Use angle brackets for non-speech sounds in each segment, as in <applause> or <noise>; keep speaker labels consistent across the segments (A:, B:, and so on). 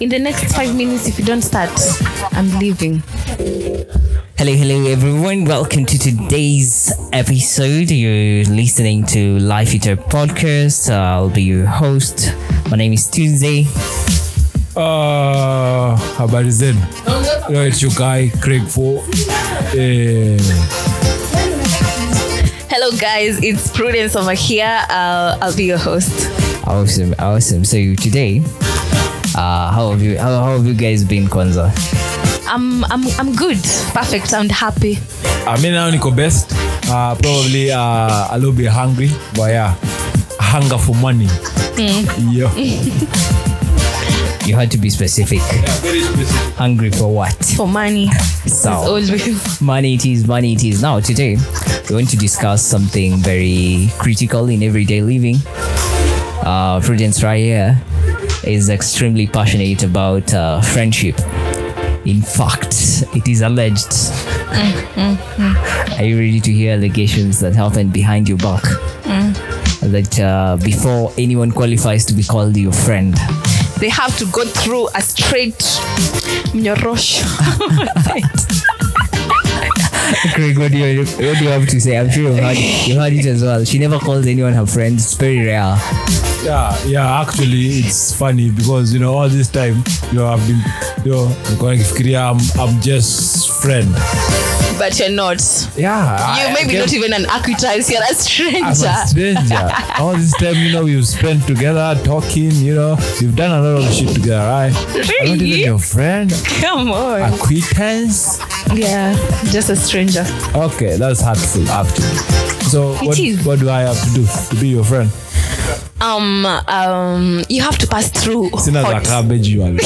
A: in the next five minutes, if you don't start, I'm leaving.
B: Hello, hello, everyone. Welcome to today's episode. You're listening to Life Eater Podcast. I'll be your host. My name is Tuesday.
C: Ah, habari zenu leo it's your guy craig 4 eh,
A: Hello, guys. It's Prudence over here. Uh, I'll, I'll be your host.
B: Awesome, awesome. So today, uh, how have you how, how have you guys been, Kwanzaa?
A: I'm, I'm, I'm good. Perfect. I'm happy.
C: i mean now niko best uh, probably uh, a little bit hungry but yeah hunger for money
A: Mm. <laughs>
C: yeah
B: You had to be specific. Hungry for what?
A: For money,
B: So
A: always.
B: money it is, money it is. Now today, we want to discuss something very critical in everyday living. Uh, Prudence right here is extremely passionate about uh, friendship. In fact, it is alleged. Are you ready to hear allegations that happened behind your back? That uh, before anyone qualifies to be called your friend,
A: They have to go through a straight mnyorosh.
B: Craig, what do you what do you have to say? I'm sure you've heard it, you've heard it as well. She never calls anyone her friend. It's very rare.
C: yeah yeah actually it's funny because you know all this time you know i've been you know nilikuwa nikifikiria I'm, i'm just friend
A: But you're not.
C: yeah
A: You
C: I- I
A: maybe
C: guess-
A: not even an acquaintance. You're a
C: as a
A: stranger.
C: stranger.
A: <laughs>
C: All this time, you know, we've spent together talking, you know, we've done a lot of shit together, right? I'm not even
A: Really?
C: your friend,
A: Come on.
C: acquaintance.
A: Yeah, just a stranger.
C: Okay, that's hurtful, actually. So, what,
A: is.
C: what do I have to do to be your friend?
A: Um, um, you have to pass through.
C: Sina za
A: hot.
C: cabbage, you
A: <laughs>
C: are.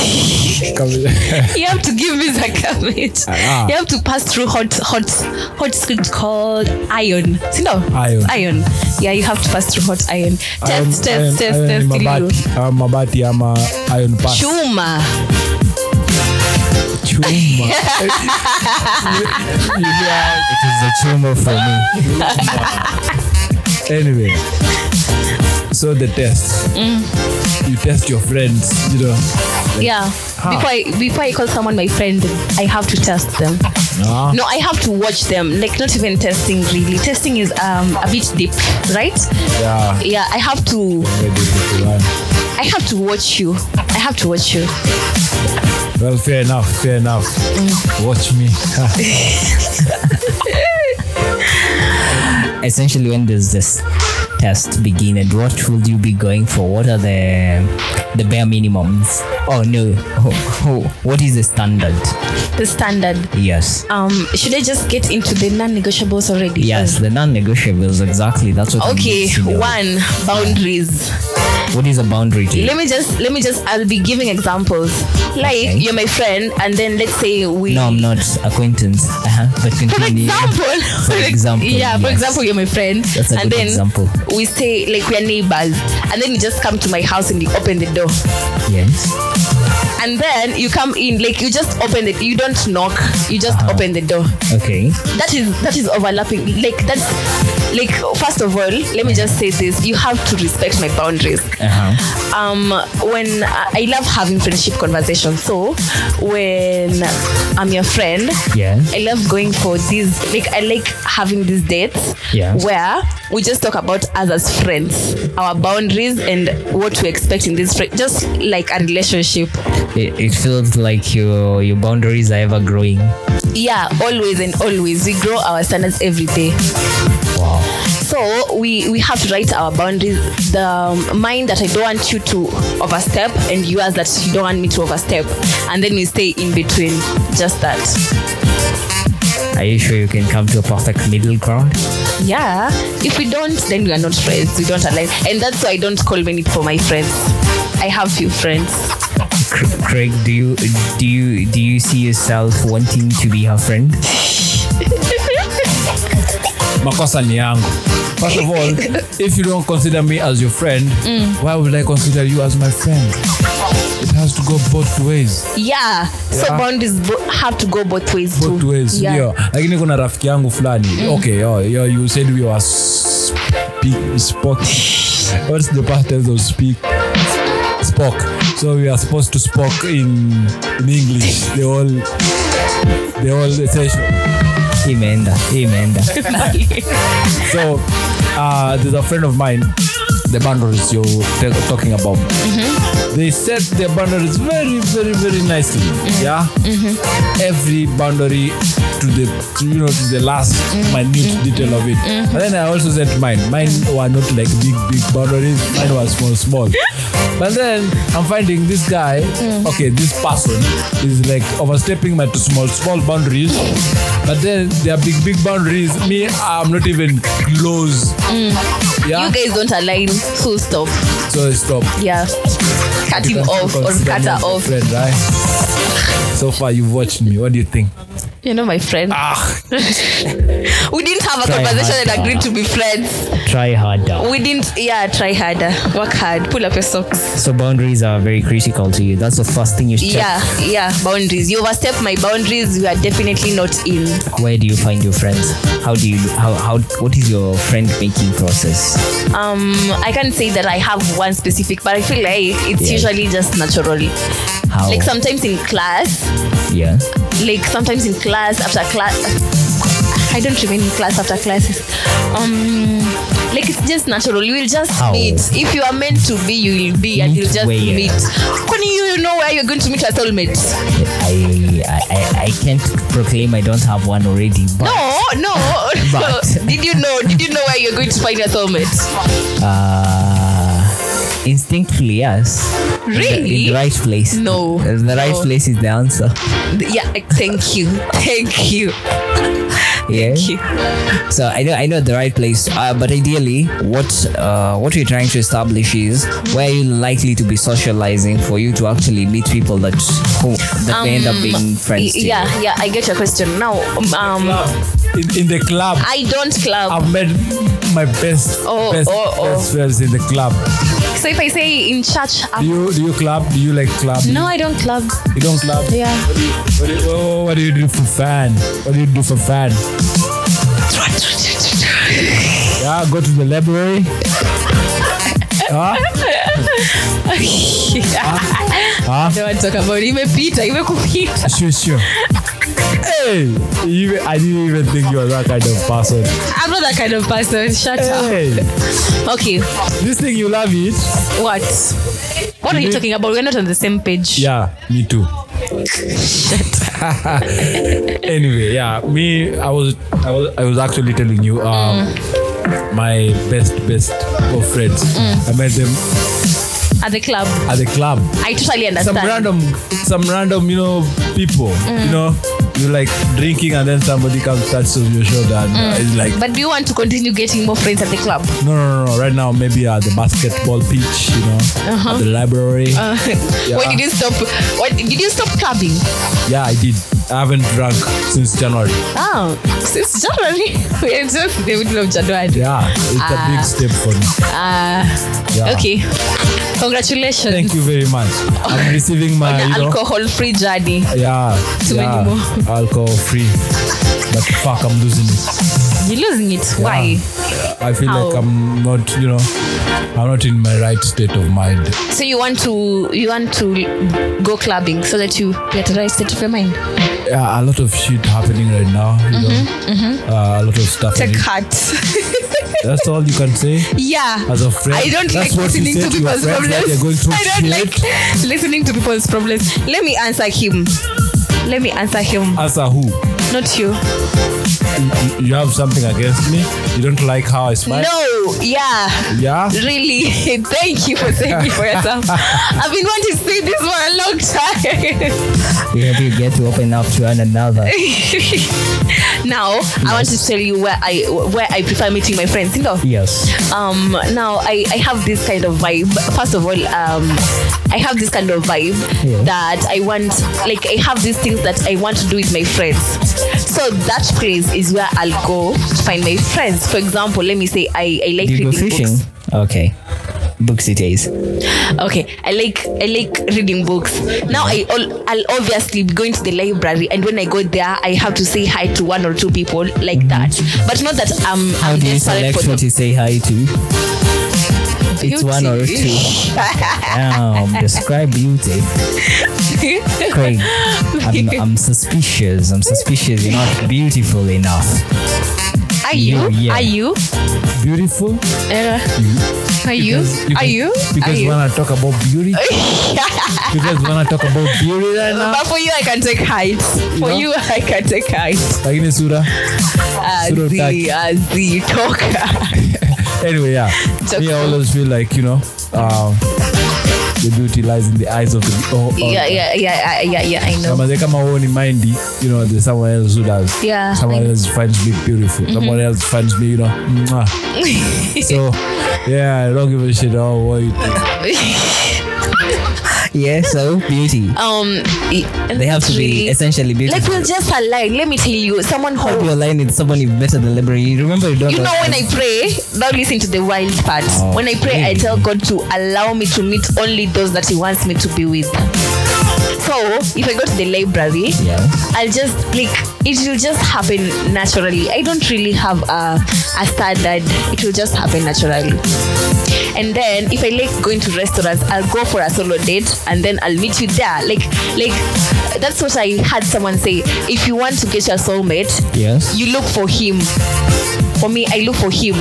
C: Cabbage.
A: you have to give me the cabbage.
C: Ah.
A: You have to pass through hot, hot, hot script called iron. See no?
C: Iron.
A: Iron. Yeah, you have to pass through hot iron. Test,
C: Iron-
A: test,
C: iron-
A: test,
C: iron
A: test.
C: ni
A: Lilo.
C: mabati. Ah, mabati ama iron pass.
A: Chuma.
C: Chuma. you hear-
B: It is a tumor for me.
C: anyway so the test you test your friends you know
A: Yeah.
C: Ah.
A: Before I, before I call someone my friend, I have to test them.
C: Ah.
A: No, I have to watch them. Like not even testing really. Testing is um a bit deep, right?
C: yeah
A: Yeah, I have to
C: Ready to run.
A: I have to watch you. I have to watch you.
C: well fair enough fair enough watch me
B: Essentially, when does this test begin, and what will you be going for? What are the the bare minimums? Oh no! <laughs> Oh, oh, what is the standard?
A: The standard.
B: Yes.
A: Um, should I just get into the non-negotiables already?
B: Yes, the non-negotiables. Exactly. That's what. I'm
A: Okay,
B: missing out.
A: one boundaries.
B: What is a boundary to you?
A: Let me just let me just I'll be giving examples. Like
B: Okay.
A: you're my friend, and then let's say we.
B: No, I'm not acquaintance. Uh-huh. But
A: For
B: continue.
A: example, <laughs>
B: For example,
A: yeah. For
B: yes.
A: example, you're my friend,
B: That's a
A: and
B: good
A: then
B: example.
A: we say like we're neighbors, and then you just come to my house and you open the door,
B: Yes.
A: and then you come in like you just open it. You don't knock. You just
B: Ah.
A: open the door.
B: Okay.
A: that is that is overlapping like that's like first of all let me just say this you have to respect my boundaries
B: Uh huh.
A: um when i I love having friendship conversations so when i'm your friend
B: Yeah.
A: i love going for these like i like having these dates
B: Yeah.
A: where we just talk about us as friends our boundaries and what we expect in this friend just like a relationship
B: It, it feels like your your boundaries are ever growing.
A: yeah always and always we grow our standards every day
B: Wow.
A: So we we have to write our boundaries. The um, mine that I don't want you to overstep, and yours that you don't want me to overstep, and then we stay in between. Just that.
B: Are you sure you can come to a perfect middle ground?
A: Yeah. If we don't, then we are not friends. We don't align, and that's why I don't call many people my friends. I have few friends.
B: Cr- Craig, do you do you do you see yourself wanting to be her friend?
C: <laughs> makosa ni yangu first of all if you don't consider me as your friend why would i consider you as my friend it has to go both ways
A: Yeah. So
C: Yeah.
A: boundaries bo- have to go both ways too.
C: both ways
A: Yeah.
C: ndio lakini kuna rafiki yangu fulani okay oh, yo, you said we were speak, spoke what's the past tense of speak spoke so we are supposed to speak in in English. They all they all essential.
B: imeenda imeenda
C: So uh, there's a friend of mine. The boundaries you're t- talking about. They set their boundaries very, very, very nicely. Yeah. Every boundary to the to, you know to the last minute detail of it. And then I also set mine. Mine were not like big, big boundaries. Mine was small, small. but then I'm finding this guy. Okay, this person is like overstepping my small, small boundaries. But then their big, big boundaries. Me, I'm not even close. Yeah.
A: You guys don't align. Full stop.
C: so stop.
A: Yeah. Cut him
C: Because you
A: off or
C: consider
A: cut
C: me
A: her
C: as a
A: off.
C: friend, right? So far, you've watched me. What do you think?
A: You're not my friend.
C: Ah,
A: <laughs> We didn't have a
B: Try
A: conversation and
B: harder.
A: agreed to be friends.
B: try harder
A: We didn't. Yeah, try harder. Work hard. Pull up your socks.
B: so boundaries are very critical to you that's the first thing you check
A: Yeah, yeah. Boundaries. You overstep my boundaries. We are definitely not in.
B: where do you find your friends how do you how, how what is your friend making process
A: Um, I can't say that I have one specific, but I feel like it's
B: Yeah.
A: usually just naturally.
B: how
A: Like sometimes in class,
B: yeah
A: like sometimes in class after class I don't remain in class after classes. Um, like it's just natural. You will just
B: How?
A: meet. If you are meant to be, you will be, and
B: Meet
A: you'll just
B: where?
A: meet. When you know where you're going to meet your soulmate.
B: I, I i i can't proclaim i don't have one already but
A: No, no. <laughs>
B: But-
A: did you know? Did you know where you're going to find your soulmate?
B: uh instinctively yes In the- in
A: Really?
B: the right place
A: No.
B: the right
A: No.
B: place is the answer
A: Yeah. Thank you. Thank you.
B: yeah
A: Thank you.
B: So I know I know the right place, uh, but ideally, what uh, what you're trying to establish is where you're likely to be socializing for you to actually meet people that who that may end up being friends. To.
A: Um, Yeah, yeah. I get your question now. Um,
C: in, in the club,
A: I don't club.
C: I've met my best,
A: Oh,
C: best,
A: oh, oh.
C: best friends in the club.
A: so if I say in church,
C: Do
A: I'm,
C: you do you club? Do you like club?
A: no, I don't club.
C: You don't club.
A: Yeah.
C: What do you, oh, what do you do for fun? What do you do for fun? Yeah, go to the library. huh? Huh?
A: No one talk about it. imepita imekupita
C: Sure, sure. Hey, you, I didn't even think you were that kind of person.
A: i'm not that kind of person shut up
C: Hey, Eh.
A: okay
C: this thing you love it.
A: what what are you
C: Today-
A: talking about we're not on the same page
C: Yeah, me
A: <laughs>
C: too. anyway, yeah, me, I was, I was, I was actually telling you, um,
A: Mm.
C: my best, best of friends. I met them
A: at the club
C: at the club.
A: i totally
C: Some
A: understand
C: random, some random, you know, people.
A: Mm.
C: You know, you like drinking, and then somebody comes touches on your shoulder, and uh, it's like,
A: Mm. but do you want to continue getting more friends at the
C: <laughs>
A: club
C: no, no, no, no. Right now, maybe at the basketball pitch, you know,
A: Uh-huh.
C: at the library.
A: Uh. when did you stop when did you stop clubbing
C: yeah, I did. I haven't drunk since January. Ah,
A: oh since january <laughs> we're just in the middle of january
C: Yeah, it's a
A: Ah.
C: big step for me.
A: Ah,
C: Yeah.
A: okay congratulations
C: Thank you very much. I'm receiving my, you know,
A: alcohol free journey
C: yeah,
A: Too many
C: yeah,
A: more.
C: alcohol free. But fuck, I'm losing it.
A: you're losing it why
C: I feel like
A: How?
C: I'm not, you know, I'm not in my right state of mind.
A: So you want to you want to go clubbing so that you get the right state of your mind.
C: Yeah, a lot of shit happening right now. You
A: Mm-hmm,
C: know, Uh, a lot of stuff. I
A: Take
C: need-
A: heart.
C: That's all you can say
A: <laughs> yeah.
C: as a friend.
A: I don't like
C: That's what you
A: listening
C: say
A: to
C: to your
A: people's
C: friends that they're going
A: problems. <laughs>
C: through
A: I don't
C: shit.
A: like listening to people's problems. Let me answer him. Let me answer him.
C: As a who?
A: Not you.
C: You- You have something against me? You don't like how I smile?
A: No. Yeah.
C: Yeah?
A: Really. <laughs> Thank you for saying it for
C: <laughs>
A: yourself. I've been wanting to say this for a long time. <laughs>
B: You have to get to open up to one another.
A: now I want to tell you where I where I prefer meeting my friends. You know.
B: yes.
A: um now I, I have this kind of vibe first of all um i have this kind of vibe
B: Yeah.
A: that i want like i have these things that i want to do with my friends so that place is where i'll go to find my friends for example let me say i, I like
B: Do
A: reading
B: you go fishing?
A: books
B: Okay. Books it is.
A: okay i like i like reading books now i all, i'll obviously be going to the library and when i go there i have to say hi to one or two people like that but not that i'm
B: Mm-hmm. How
A: i'm
B: do you
A: desperate
B: select
A: for them.
B: what you say hi to? It's one or
A: Beauty.
B: two. Um,
A: <laughs>
B: describe beauty. <laughs>
A: <laughs>
B: Craig, I'm, I'm suspicious. I'm suspicious. You're not beautiful enough.
A: Are you?
B: You, yeah.
A: Are you?
C: Beautiful.
A: Uh, are you?
C: Because
A: Are you? Are
C: Because
A: you?
C: when I talk about beauty, because when I talk about beauty right now,
A: <laughs> But for you, I can take heights. For
C: No.
A: you, I can take heights. Uh,
C: lakini sura. Pseudo
A: Azi, azi, <laughs> toka.
C: Anyway, yeah,
A: It's okay.
C: me I always feel like you know, um, the beauty lies in the eyes of the. Oh, oh,
A: Yeah, yeah, yeah, yeah, yeah, yeah, I know.
C: kama they kama huoni mindy you know there's someone else who does
A: Yeah,
C: someone
A: I- Mm-hmm.
C: else finds me beautiful someone else finds me you know
A: <laughs>
C: mwah. so yeah I don't give a shit oh what you think
B: Yeah, so beauty.
A: um,
B: They have to be essentially beautiful.
A: Like we'll just align. Let me tell you, someone
B: Help
A: who
B: your line with someone is better than library. You remember you don't
A: you know when I pray, now listen to the wild part. when I pray, I tell God to allow me to meet only those that He wants me to be with. So if I go to the library,
B: Yeah.
A: I'll just like it will just happen naturally. I don't really have a, a standard. It will just happen naturally. And then if I like going to restaurants, I'll go for a solo date and then I'll meet you there. Like like that's what I had someone say. If you want to get your soulmate,
B: Yes.
A: you look for him. For me, I look for him.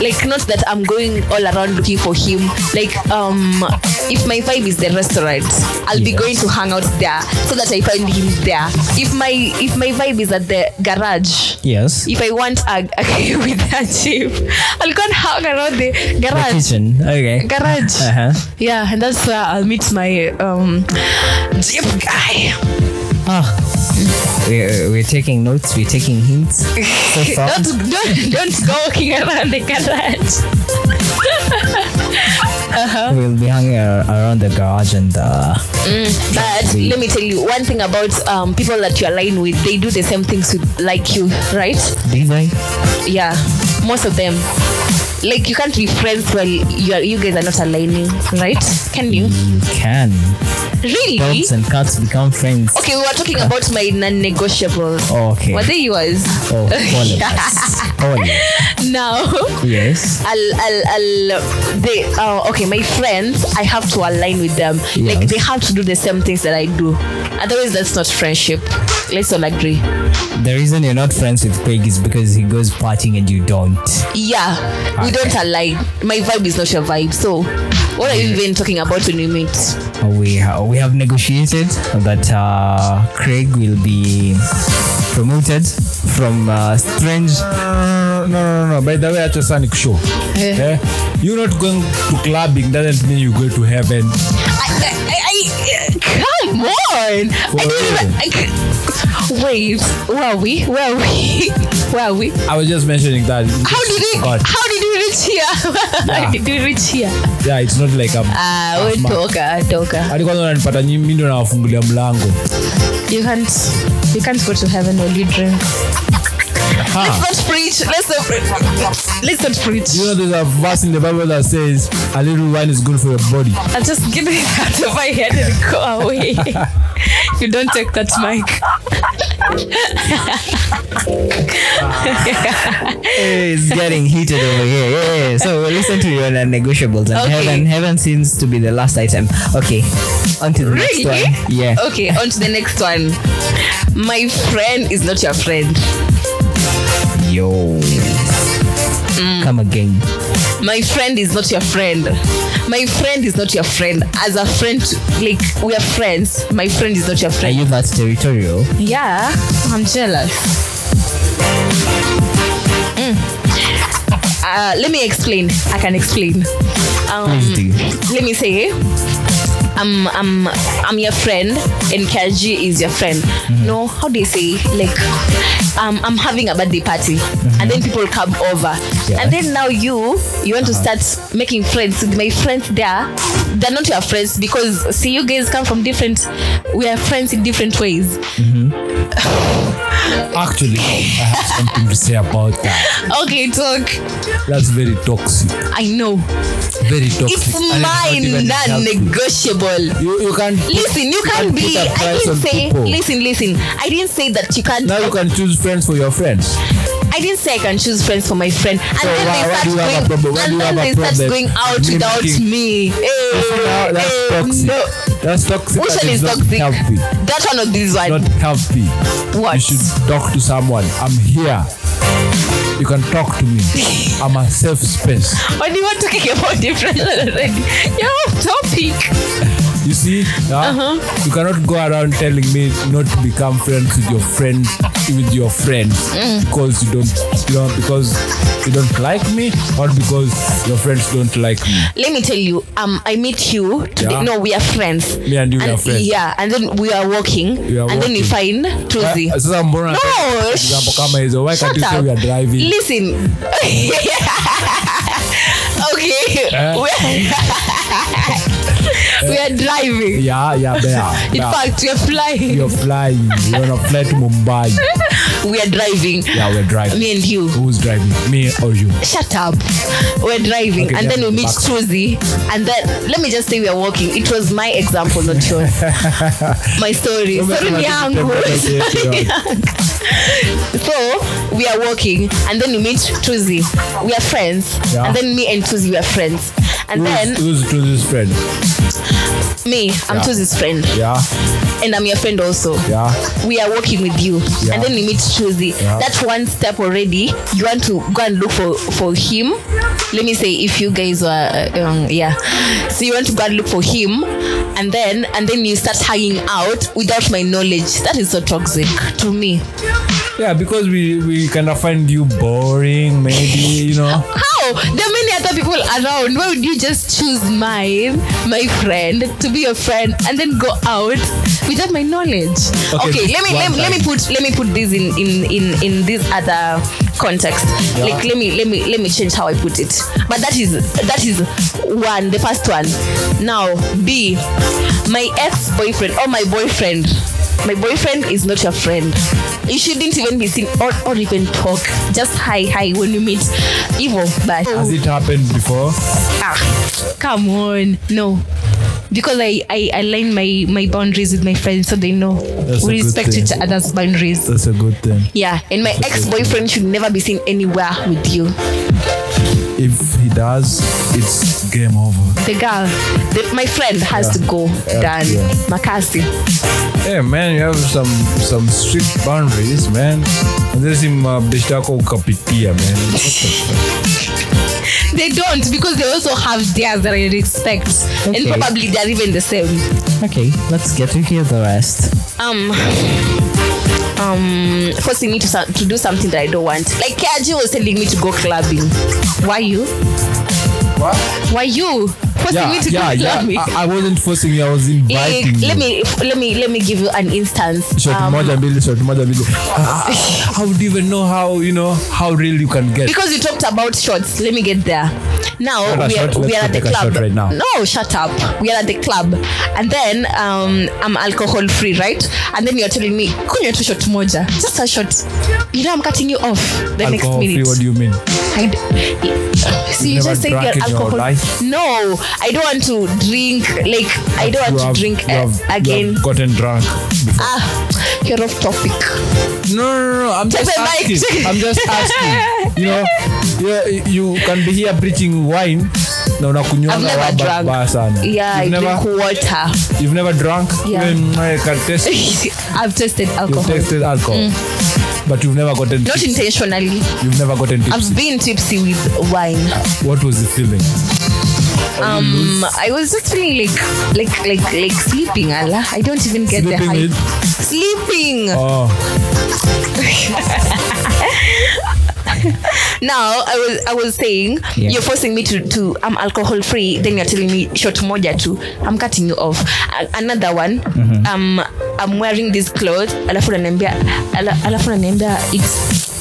A: Like not that I'm going all around looking for him. Like um, if my vibe is the restaurant, I'll be
B: Yes.
A: going to hang out there so that I find him there. If my if my vibe is at the garage.
B: Yes.
A: If I want a, a <laughs> guy with a jeep, I'll go and hang around the
B: The
A: garage.
B: kitchen. Okay.
A: Garage.
B: Uh huh.
A: Yeah, and that's where I'll meet my um, jeep guy.
B: Ah. We're, we're taking notes. We're taking hints. So
A: <laughs>
B: far.
A: Don't, don't, don't go walking around the garage.
B: We'll be hanging ar- around the garage and uh,
A: But
B: Wait.
A: let me tell you one thing about um, people that you align with. They do the same things with like you, right?
B: did I?
A: Yeah, most of them. Like you can't be friends while you are, you guys are not aligning, right? Can you?
B: You can.
A: Really?
B: Dogs and cats become friends.
A: Okay, we were talking about my non-negotiables.
B: Okay.
A: Were they yours? <laughs>
B: Oh, all of us. All of us.
A: No.
B: Yes.
A: I'll, I'll, I'll, they, uh, okay, my friends, I have to align with them. Like,
B: Yes.
A: they have to do the same things that I do. Otherwise, that's not friendship. Let's all agree.
B: The reason you're not friends with Craig is because he goes partying and you don't.
A: Yeah, we don't align. My vibe is not your vibe. So, what are you even talking about when we meet?
B: We ha- we have negotiated that uh, Craig will be promoted from uh, strange.
C: Uh, no, no, no, no. By the way, acha sani kushow. Eh? You not going to clubbing doesn't mean you go to heaven.
A: I, I, I, I come on! I
C: Wait.
A: didn't even, I c- wait, where are we? Where are we? <laughs> Where are we?
C: I was just mentioning that.
A: How did we?
C: God.
A: How did we reach here? <laughs> How did we reach here?
C: Yeah, it's not like um, I'm.
A: Ah, we
C: Ma-
A: toka, toka.
C: hadi kwanza unanipata nyi- mi ndo nawafungulia mlango
A: You can't, you can't go to heaven while you drink. Let's not preach. Let's not preach. Let's not preach.
C: you know there's a verse in the bible that says a little wine is good for your body
A: I'll just get it out of my head and go away. If <laughs> you don't take that mic. <laughs>
B: It's getting heated over here. Yeah, yeah. So we'll listen to your negotiables. And
A: Okay.
B: heaven, heaven seems to be the last item. Okay, on to the next
A: Really?
B: one. Yeah.
A: Okay, on to the next one. My friend is not your friend.
B: Yo.
A: Mm.
B: Come again.
A: My friend is not your friend. My friend is not your friend. As a friend, like we are friends. My friend is not your
B: Are
A: friend.
B: you that territorial?
A: Yeah, I'm jealous. Mm. Uh, let me explain. I can explain. Um,
B: Please do.
A: let me say I'm I'm I'm your friend and KG is your friend.
C: Mm-hmm.
A: No, how do you say like um, I'm having a birthday party
C: Mm-hmm.
A: and then people come over
B: Yeah.
A: and then now you you want
C: Uh-huh.
A: to start making friends with my friends there. They're not your friends because see you guys come from different we are friends in different ways.
C: actually i have something to say about that
A: Okay, talk.
C: that's very toxic
A: I know.
C: very toxic
A: It's
C: and not
A: mine
C: even
A: non
C: healthy.
A: negotiable.
C: you, you can
A: Listen, you can
C: can't
A: be.
C: put a
A: I
C: price
A: didn't
C: on
A: say.
C: people.
A: Listen, listen. I didn't say that you can't.
C: now you can choose friends for your friends
A: I I didn't say I can choose friends for my friend. And
C: So
A: then
C: why- why do
A: they
C: you have a
A: start
C: problem?
A: going
C: Why do
A: and
C: you
A: then
C: have a
A: they start
C: problem?
A: going out
C: Me
A: without
C: making-
A: me. Eh,
C: Now
A: eh,
C: that's toxic.
A: no.
C: That's toxic.
A: Which
C: and
A: one
C: it's
A: is
C: not
A: toxic?
C: Healthy.
A: That one or this one?
C: Not healthy.
A: What?
C: You should talk to someone. I'm here. You can talk to me. I'm a safe space.
A: When you were talking about depression already, you're off topic.
C: You see, huh?
A: Uh-huh.
C: you cannot go around telling me not to become friends with your friends with your friends
A: Mm.
C: because you don't, you know, because you don't like me or because your friends don't like me.
A: Let me tell you, um, I meet you today.
C: Yeah.
A: No, we are friends.
C: Me and you are friends.
A: Yeah, and then we are walking,
C: We are Uh,
A: and then you find Tuzi.
C: Why- Sasa mbona
A: No,
C: example kama hizo? Why can't
A: Oh, Shut
C: you say
A: up.
C: we are driving?
A: Listen. <laughs> okay.
C: Eh?
A: We're, we are <laughs> driving.
C: Yeah,
A: <laughs>
C: yeah, there.
A: In
C: there.
A: fact, we are flying.
C: you're flying. You're on a flight to Mumbai.
A: We are driving.
C: Yeah, we're driving.
A: Me and you.
C: Who's driving? Me or you?
A: Shut up. We're driving.
C: Okay,
A: and then
C: yeah,
A: we meet
C: back.
A: Susie. And then, let me just say we are walking. It was my example, not
C: <laughs>
A: yours. my story. Sorry,
C: Umesema
A: yangu. <laughs>
C: tutatembea
A: Sorry,
C: kesho.
A: So we are walking, and then you meet Tuzi. We are friends,
C: Yeah.
A: and then me and Tuzi we are friends, and
C: Who's,
A: then
C: who's Tuzi's friend?
A: me, I'm
C: Yeah.
A: Tuzi's friend,
C: Yeah,
A: and I'm your friend also.
C: yeah.
A: We are walking with you,
C: Yeah.
A: and then you meet Tuzi.
C: Yeah.
A: That's one step already. You want to go and look for for him. Let me say, if you guys were, uh, um, yeah, so you want to go and look for him, and then and then you start hanging out without my knowledge. That is so toxic to me.
C: Yeah, because we, we kind of find you boring, maybe, you know.
A: How? There are many other people around. Why would you just choose mine, my friend, to be your friend and then go out without my knowledge? Okay,
C: Okay,
A: let me
C: one
A: let, me- let me put let me put this in in in in this other context. Like let me let me let me change how I put it. But that is that is one, the first one. Now B, my ex-boyfriend or my boyfriend. My boyfriend is not your friend. You shouldn't even be seen or, or even talk. Just hi, hi when you meet. Evil, bye.
C: Has it happened before?
A: Ah, come on. No. Because I, I align my, my boundaries with my friends so they know
C: That's a
A: we
C: good
A: respect
C: thing.
A: each other's boundaries.
C: That's a good thing.
A: Yeah, and my ex boyfriend should never be seen anywhere with you.
C: If he does, it's game over.
A: The girl, the, my friend has to go. Done.
C: yeah.
A: Makasi.
C: Hey man, you have some some strict boundaries, man. uh, Unless mabdesha yako ukapitia, man.
A: <laughs>
C: What the fuck?
A: They don't because they also have theirs that I respect. And
B: Okay.
A: probably they're even the same.
B: Okay, let's get to hear the rest.
A: Um. Um, forcing me to, so- to do something that I don't want. Like Kaji was telling me to go clubbing. Why you?
C: What?
A: Why you forcing me to
C: yeah,
A: go
C: yeah.
A: clubbing?
C: I, I wasn't forcing you, I was
A: Eh,
C: inviting you.
A: let me let me let me give you an instance.
C: shot
A: Um,
C: moja mbili shot moja
A: <laughs>
C: mbili Ah, ah, I would even know how you know how real you can get
A: because you talked about shots, let me get there.
C: Not
A: Now
C: a
A: we are,
C: shot,
A: we
C: let's
A: are at the
C: go take a
A: club
C: shot right now.
A: No, shut up. We are at the club, and then um, I'm alcohol free, right? And then you're telling me kunywa tu shot moja, just a shot. You know I'm cutting you off the next
C: alcohol free
A: minute.
C: what do you mean
A: I d- so you
C: never
A: just said
C: drank
A: you're
C: in your
A: alcohol.
C: life?
A: No, I don't want to drink. Like I don't want
C: you have,
A: to drink
C: you
A: eh,
C: have, you
A: again.
C: have gotten drunk before.
A: Ah, you're off topic.
C: no no no I'm
A: Take
C: just
A: the mic.
C: asking I'm
A: <laughs>
C: just asking you know yeah, you can be here preaching wine na
A: I've
C: unakunywanga
A: never
C: waba-
A: drunk.
C: baya sana
A: Yeah, I
C: you've never,
A: drink water. <laughs>
C: you've never drunk
A: Yeah.
C: even I can test
A: <laughs> I've tested alcohol.
C: you've tasted alcohol but you've never gotten
A: Mm. Not intentionally.
C: you've never gotten tipsy
A: I've been tipsy with wine.
C: what was the feeling
A: Um, I was just feeling like, like, like, like sleeping. Allah, I don't even get the
C: Sleeping
A: hype.
C: with-
A: Sleeping.
C: oh
A: <laughs> Now I was, I was saying
B: Yeah.
A: you're forcing me to, to I'm alcohol free. Then you're telling me shot moja too. I'm cutting you off. A- another one.
C: Mm-hmm.
A: Um, I'm wearing this clothes. Alafu unaniambia, ala- alafu unaniambia it's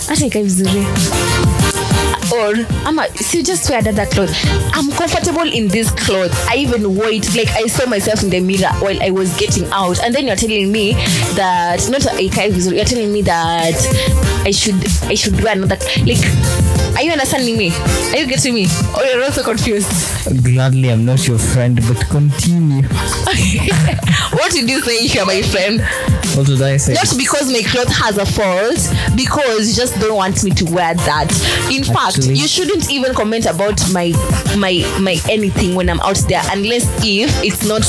A: hata ikai vizuri. or I'm a, so you just wear another clothes. I'm comfortable in this clothes. I even wore it like I saw myself in the mirror while I was getting out, and then you're telling me that not a you're telling me that I should I should wear another like Are you understanding me? Are you getting me? Or you're also confused? <laughs>
B: Gladly, I'm not your friend, but continue.
A: what did you say if you're my friend?
B: What did I say?
A: Not because my cloth has a fault, because you just don't want me to wear that. In fact,
B: Actually-
A: you shouldn't even comment about my my my anything when I'm out there, unless if it's not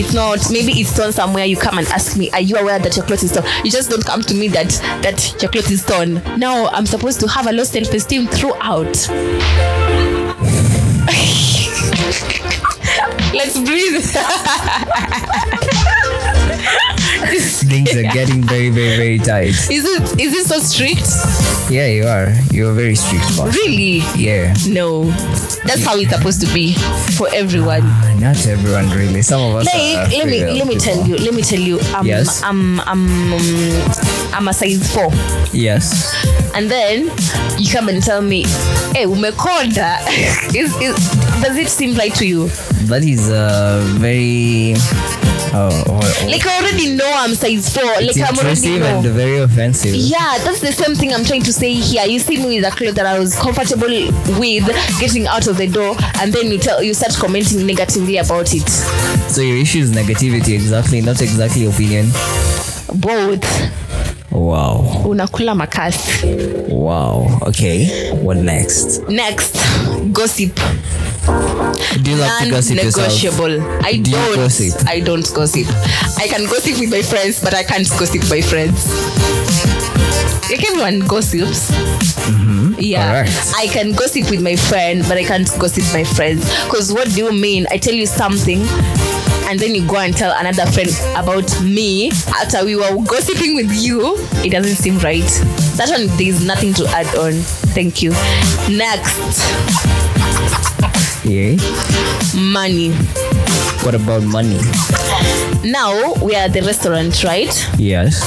A: it's not maybe it's torn somewhere. You come and ask me, are you aware that your cloth is torn? You just don't come to me that that your cloth is torn. No, I'm supposed to have a low self-esteem throughout. <laughs> Let's breathe. <laughs> <laughs>
B: Things are getting very, very, very tight.
A: Is it is it so strict?
B: Yeah, you are. You're a very strict boss.
A: Really?
B: Yeah.
A: <laughs> No, that's how it's supposed to be for everyone.
B: Ah, Not everyone really. Some of us.
A: Like,
B: are
A: let me let me tell you, let me tell you. Um,
B: Yes.
A: I'm I'm I'm a size four,
B: Yes.
A: and then you come and tell me, hey, umekonda. <laughs> is, is does it seem like to you?
B: That is uh, very. Oh, oh, oh.
A: Like I already know I'm size four.
B: it's
A: like I'm already
B: intrusive
A: know.
B: and very offensive.
A: Yeah, that's the same thing I'm trying to say here. You see me with a clothes that I was comfortable with getting out of the door, and then you tell you start commenting negatively about it.
B: So your issue is negativity, exactly, not exactly opinion.
A: Both.
B: Wow.
A: unakula makasi
B: Wow. Okay. What next?
A: next gossip
B: Do you like to gossip yourself?
A: non-negotiable i
B: Do you
A: don't
B: gossip?
A: i don't gossip i can gossip with my friends but i can't gossip with my friends like everyone gossips yeah
B: Mm-hmm. Alright.
A: i can gossip with my friend but i can't gossip with my friends because what do you mean i tell you something and then you go and tell another friend about me after we were gossiping with you it doesn't seem right that one there's nothing to add on thank you next
B: Yeah.
A: money
B: What about money?
A: now we are at the restaurant right
B: Yes.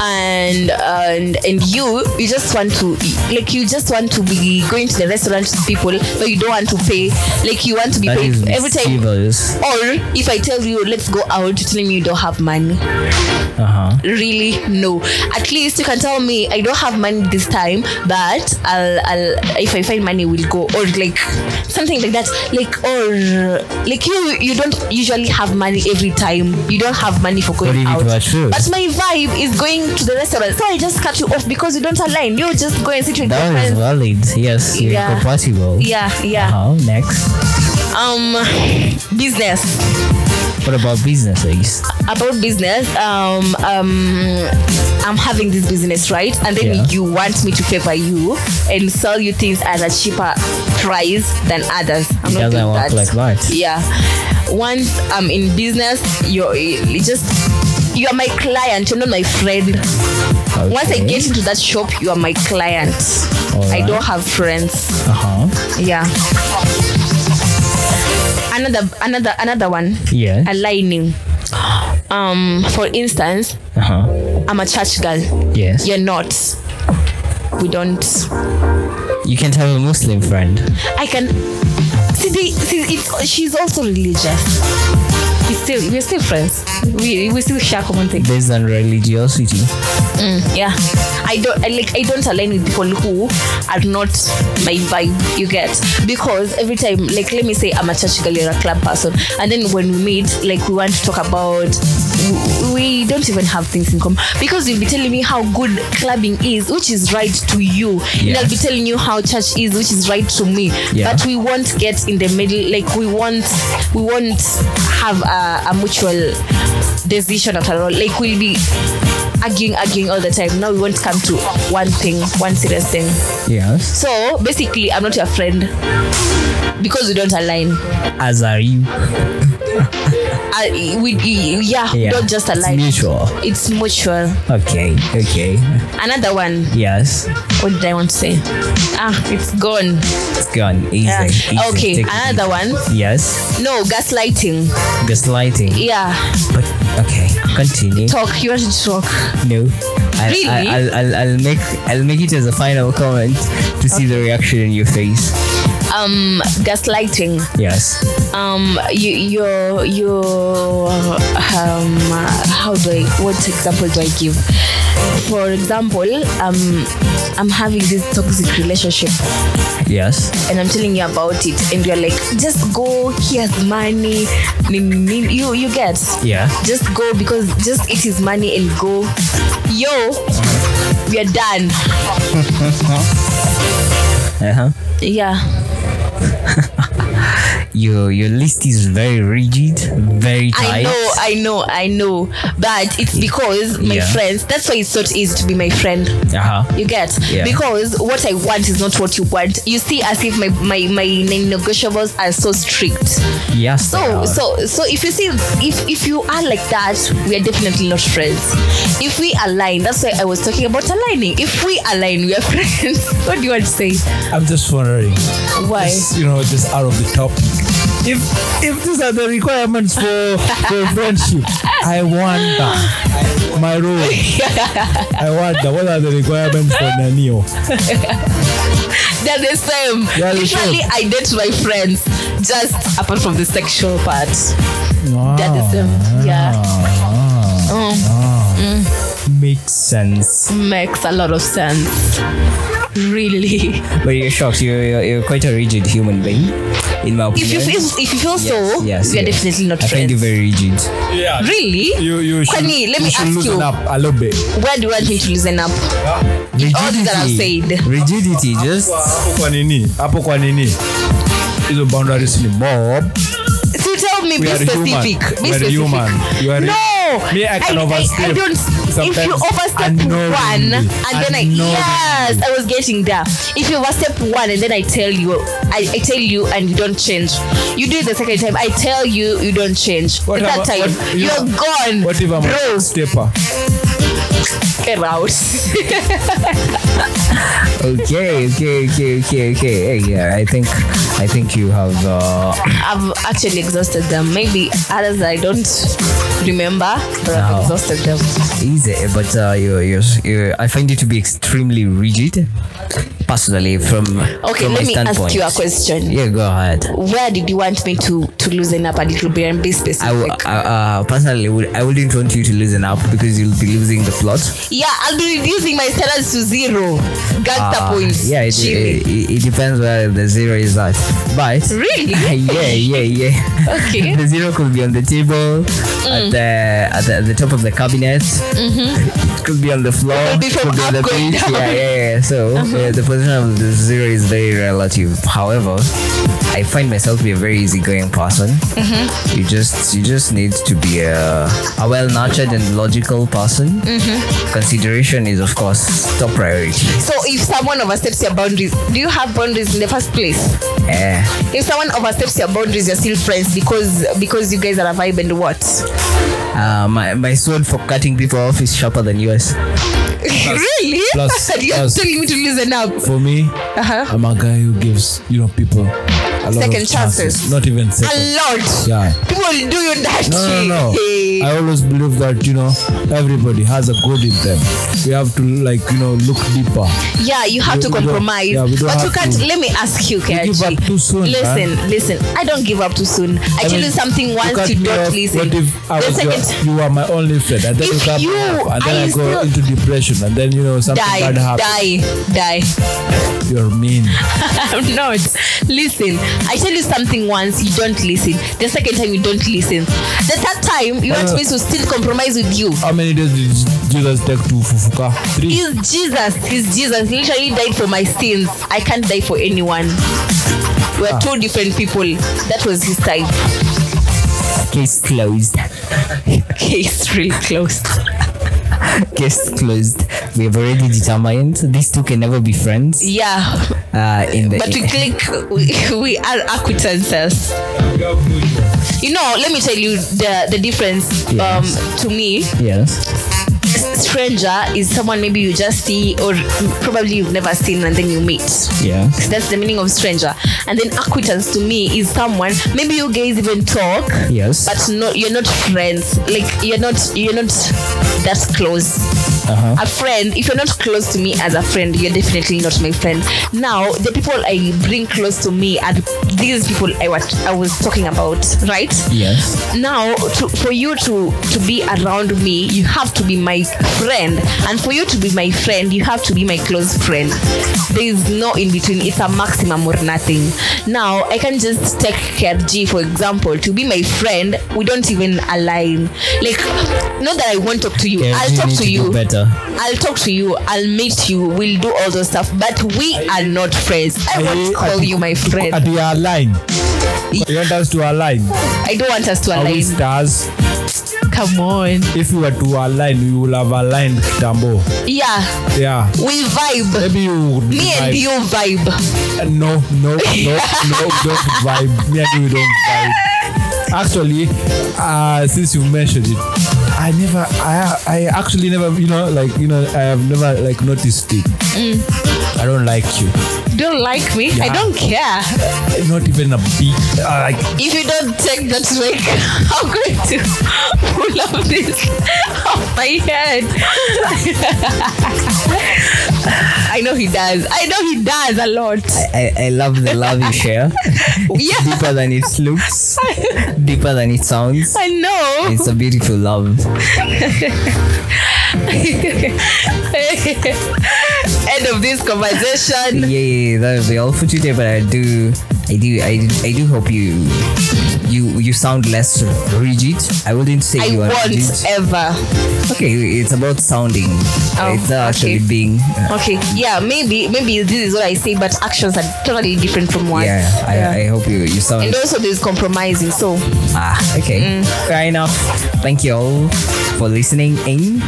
A: and and and you you just want to like you just want to be going to the restaurant with people but you don't want to pay like you want to be
B: That
A: paid
B: is
A: every time
B: mischievous.
A: or if I tell you let's go out, you tell me you don't have money.
B: Uh huh.
A: Really, no. At least you can tell me I don't have money this time, but I'll, I'll if I find money, we'll go or like something like that. Like or like you you don't usually have money every time. You don't have money for
B: But if
A: going
B: it
A: out.
B: were true.
A: But my vibe is going to the restaurant, so I just cut you off because you don't align. You just go and sit with your
B: That is
A: friends.
B: valid. Yes. You're
A: Yeah.
B: compatible.
A: Yeah, yeah.
B: How Uh-huh, next?
A: Um, business.
B: What about businesses?
A: about business um um i'm having this business right and then
B: Yeah.
A: you want me to favor you and sell you things at a cheaper price than others i'm
B: It
A: not
B: doesn't
A: doing
B: work
A: that
B: like that.
A: yeah once i'm in business you're you just you are my client you're not my friend once i
B: Okay.
A: get into that shop you are my client i
B: Alright.
A: don't have friends
B: Uh huh.
A: yeah another another another one
B: Yeah.
A: aligning um for instance
B: Uh huh.
A: i'm a church girl
B: Yes.
A: you're not we don't
B: You can't have a Muslim friend.
A: i can see they see it's she's also religious we still we're still friends we we still share common things
B: Based on religiosity.
A: Mm. yeah i don't I, like i don't align with people who are not my vibe you get because every time like let me say i'm a church girl you're a club person and then when we meet like we want to talk about we- we don't even have things in common because you'll be telling me how good clubbing is which is right to you and i'll be
B: Yes.
A: telling you how church is which is right to me
B: Yeah.
A: but we won't get in the middle like we won't we won't have a, a mutual decision after all like we'll be arguing arguing all the time now we won't come to one thing one serious thing
B: Yes.
A: so basically i'm not your friend because we don't align
B: As are you.
A: I, we yeah,
B: Yeah.
A: don't just align
B: It's mutual.
A: It's mutual
B: Okay. Okay.
A: another one
B: Yes.
A: what did i want to say ah it's gone
B: It's gone. Easy.
A: Yeah.
B: Easy.
A: okay
B: Take it
A: another one
B: easy. Yes.
A: no gaslighting
B: Gaslighting.
A: yeah
B: But okay. Continue.
A: talk you want to talk
B: No. I,
A: Really?
B: I, I'll, I'll, I'll make I'll make it as a final comment to see the reaction in your face.
A: um, gaslighting.
B: Yes.
A: um you your your um uh, how do I what example do I give? For example, um I'm having this toxic relationship
B: Yes.
A: and I'm telling you about it and you're like, just go, here's money. ni- ni- ni- You you get
B: Yeah.
A: just go because just it is money and go. Yo, we are done.
B: Uh huh.
A: Yeah.
B: Your your list is very rigid, very
A: I
B: tight.
A: know, I know, I know. But it's because my
B: Yeah.
A: friends that's why it's so easy to be my friend.
B: Uh huh.
A: You get
B: Yeah.
A: because what I want is not what you want. You see, as if my my my negotiables are so strict.
B: Yes.
A: So
B: they are.
A: so so if you see if if you are like that, we are definitely not friends. If we align, that's why I was talking about aligning. If we align, we are <laughs> friends. what do you want to say?
C: I'm just wondering.
A: Why?
C: Just, you know, just out of the topic. If if these are the requirements for for friendship, I wonder. My role. I wonder what are the requirements for Oh, Nanio.
A: They're the same.
C: They are the
A: Literally,
C: same.
A: I date my friends. Just apart from the sexual part, they're the
C: Wow.
A: same. Yeah,
B: makes sense.
A: makes a lot of sense. Really.
B: But you're shocked. You're, you're, you're quite a rigid human being, in my
A: If
B: opinion.
A: you feel if you feel so,
B: yes,
A: we are
B: yes.
A: definitely not
B: I find
A: friends.
B: you very rigid.
C: Yeah.
A: really?
C: You you should,
A: Kwani, let me
C: you should
A: ask
C: loosen
A: you.
C: up a little bit.
A: Where do you want me to loosen up?
B: Rigidity.
A: All that I've said.
B: Rigidity. Just
C: Hapo kwa nini? Hapo kwa nini? Hizo boundaries ni mob.
A: So tell me,
C: We
A: be
C: are
A: specific.
C: human.
A: Be
C: We are
A: specific.
C: human. You are
A: no.
C: Me, I can
A: I, I,
C: overstep
A: don't. If you
C: sometimes
A: overstep
C: unknowingly.
A: one, and then I
C: Unknowingly.
A: yes, I was getting there. If you overstep one, and then I tell you, I, I tell you, and you don't change. You do it the second time. I tell you, you don't change.
C: What
A: the third
C: about-
A: time,
C: what- you-
A: you, are gone.
C: What if I'm
A: Bro,
C: a stepper?
A: get out.
B: okay, okay, okay, okay, okay. Hey, yeah, I think, I think you have. Uh,
A: I've actually exhausted them. Maybe others I don't remember, but I've
B: No.
A: exhausted them.
B: easy, but uh, you, you, you, I find you to be extremely rigid, personally, from
A: Okay,
B: from
A: let
B: my
A: me
B: standpoint.
A: ask you a question.
B: Yeah, go ahead.
A: Where did you want me to to loosen up a little bit and be
B: I,
A: specific?
B: w- I uh, personally would I wouldn't want you to loosen up because you'll be losing the plot.
A: yeah, I'll be reducing my standards to zero. Gangster
B: Uh,
A: points.
B: yeah, it,
A: Chili.
B: it, it, it depends where the zero is at. But
A: Really?
B: yeah, yeah, yeah.
A: <laughs> Okay. Mm.
B: the zero could be on the table, at, the, at the at the top of the cabinet. It could be on the floor.
A: It Mm-hmm. could be from
B: on the
A: up going down. Uh-huh.
B: Yeah, yeah, yeah. So uh, the position of the zero is very relative. However, I find myself to be a very easygoing person.
A: Mm-hmm.
B: You just you just need to be a, a well-nurtured and logical person.
A: Mm-hmm.
B: Consideration is of course top priority.
A: So if someone oversteps your boundaries, do you have boundaries in the first place?
B: Eh.
A: If someone oversteps your boundaries, you're still friends because because you guys are a vibe and what?
B: Uh, my, my sword for cutting people off is sharper than yours.
A: really? <laughs>
C: plus-
A: you're
C: plus-
A: telling me to loosen up.
C: For me,
A: Uh-huh.
C: I'm a guy who gives you know people a lot
A: Second
C: of chances.
A: chances.
C: Not even
A: a
C: second.
A: lot.
C: Yeah.
A: People will do you that
C: No, no,
A: shit.
C: no.
A: Hey.
C: I always believe that you know everybody has a good in them. We have to like you know look deeper.
A: Yeah, you have
C: We-
A: to
C: we don't-
A: compromise.
C: yeah, we don't
A: but you
C: have
A: can't.
C: to.
A: Let me ask you, Keachi.
C: give up too soon,
A: Listen, listen. I don't give up too soon. I, tell
C: mean,
A: you something once
C: cut
A: you
C: me
A: don't
C: off,
A: listen.
C: What if I
A: the
C: was your,
A: second
C: you are my only friend, and then
A: If
C: you cut me
A: you-
C: off, and
A: are
C: then I
A: you
C: go
A: still-
C: into depression, and then you know something
A: die,
C: bad happens.
A: die, die. <laughs>
C: You're mean.
A: I'm not. Listen, I tell you something once, you don't listen. The second time, you don't listen. The third time, you want
C: Uh,
A: me to still compromise with you.
C: How many days did Jesus take to fufuka? Three.
A: He's Jesus. He's Jesus. He literally died for my sins. I can't die for anyone. We're two different people. That was his time.
B: Case closed.
A: Case really closed.
B: Case closed. We have already determined these two can never be friends.
A: Yeah,
B: Uh, in the
A: but we click. We, we are acquaintances. You know, let me tell you the the difference.
B: Yes.
A: Um, to me,
B: yes.
A: stranger is someone maybe you just see or probably you've never seen and then you meet.
B: Yeah.
A: That's the meaning of stranger. And then acquaintance to me is someone maybe you guys even talk.
B: Yes.
A: but no you're not friends like you're not you're not that close
C: Uh-huh.
A: a friend if you're not close to me as a friend you're definitely not my friend now the people i bring close to me are these people i, wat- I was talking about right
C: Yes.
A: now to, for you to to be around me you have to be my friend and for you to be my friend you have to be my close friend there is no in between it's a maximum or nothing now i can just take krg for example to be my friend we don't even align like not that i won't talk to you
B: Yeah,
A: i'll
B: you
A: talk
B: need
A: to
B: do
A: you
B: better.
A: I'll talk to you, I'll meet you, we'll do all those stuff, but we are not friends. I won't
C: Are you-
A: call you my friend.
C: At your line. You want us to align?
A: I don't want us to
C: Are we
A: align.
C: stars?
A: Come on.
C: If you were to align, we would have aligned Tambo.
A: Yeah,
C: Yeah.
A: we vibe.
C: Maybe you would
A: Me and
C: vibe.
A: you vibe.
C: Uh, No, no, no, no, don't vibe. Me and you don't vibe. Actually, uh, since you mentioned it, I never, I, I actually never, you know, like, you know, I have never like noticed it. I don't like you.
A: Don't like me? I
C: Yeah.
A: don't care.
C: Not even a bit. Uh, like,
A: If you don't take that drink, <laughs> I'm going to pull up this <laughs> off my head. <laughs> I know he does. I know he does a lot.
B: I, I love the love you share.
A: <laughs> Yeah.
B: Deeper than it looks, deeper than it sounds.
A: I know.
B: It's a beautiful love.
A: <laughs> End of this
B: Yeah,
A: conversation.
B: yeah, that'll be all for today. But I do, I do, I, I do hope you, you, you sound less rigid. I wouldn't say
A: I
B: you are rigid.
A: won't ever.
B: Okay, it's about sounding.
A: Oh,
B: it's not actually
A: okay.
B: being.
A: Okay. Yeah, maybe maybe this is what I say, but actions are totally different from words.
B: Yeah, I, I hope you you sound.
A: and also there's compromising. So
B: Ah, okay. Fair enough. Thank you all for listening in.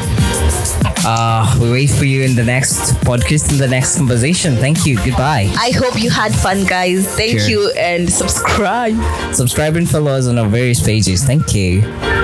B: Uh, we wait for you in the next podcast, in the next conversation. Thank you. Goodbye.
A: I hope you had fun, guys. Thank
B: Sure.
A: you and subscribe.
B: Subscribe and follow us on our various pages. Thank you.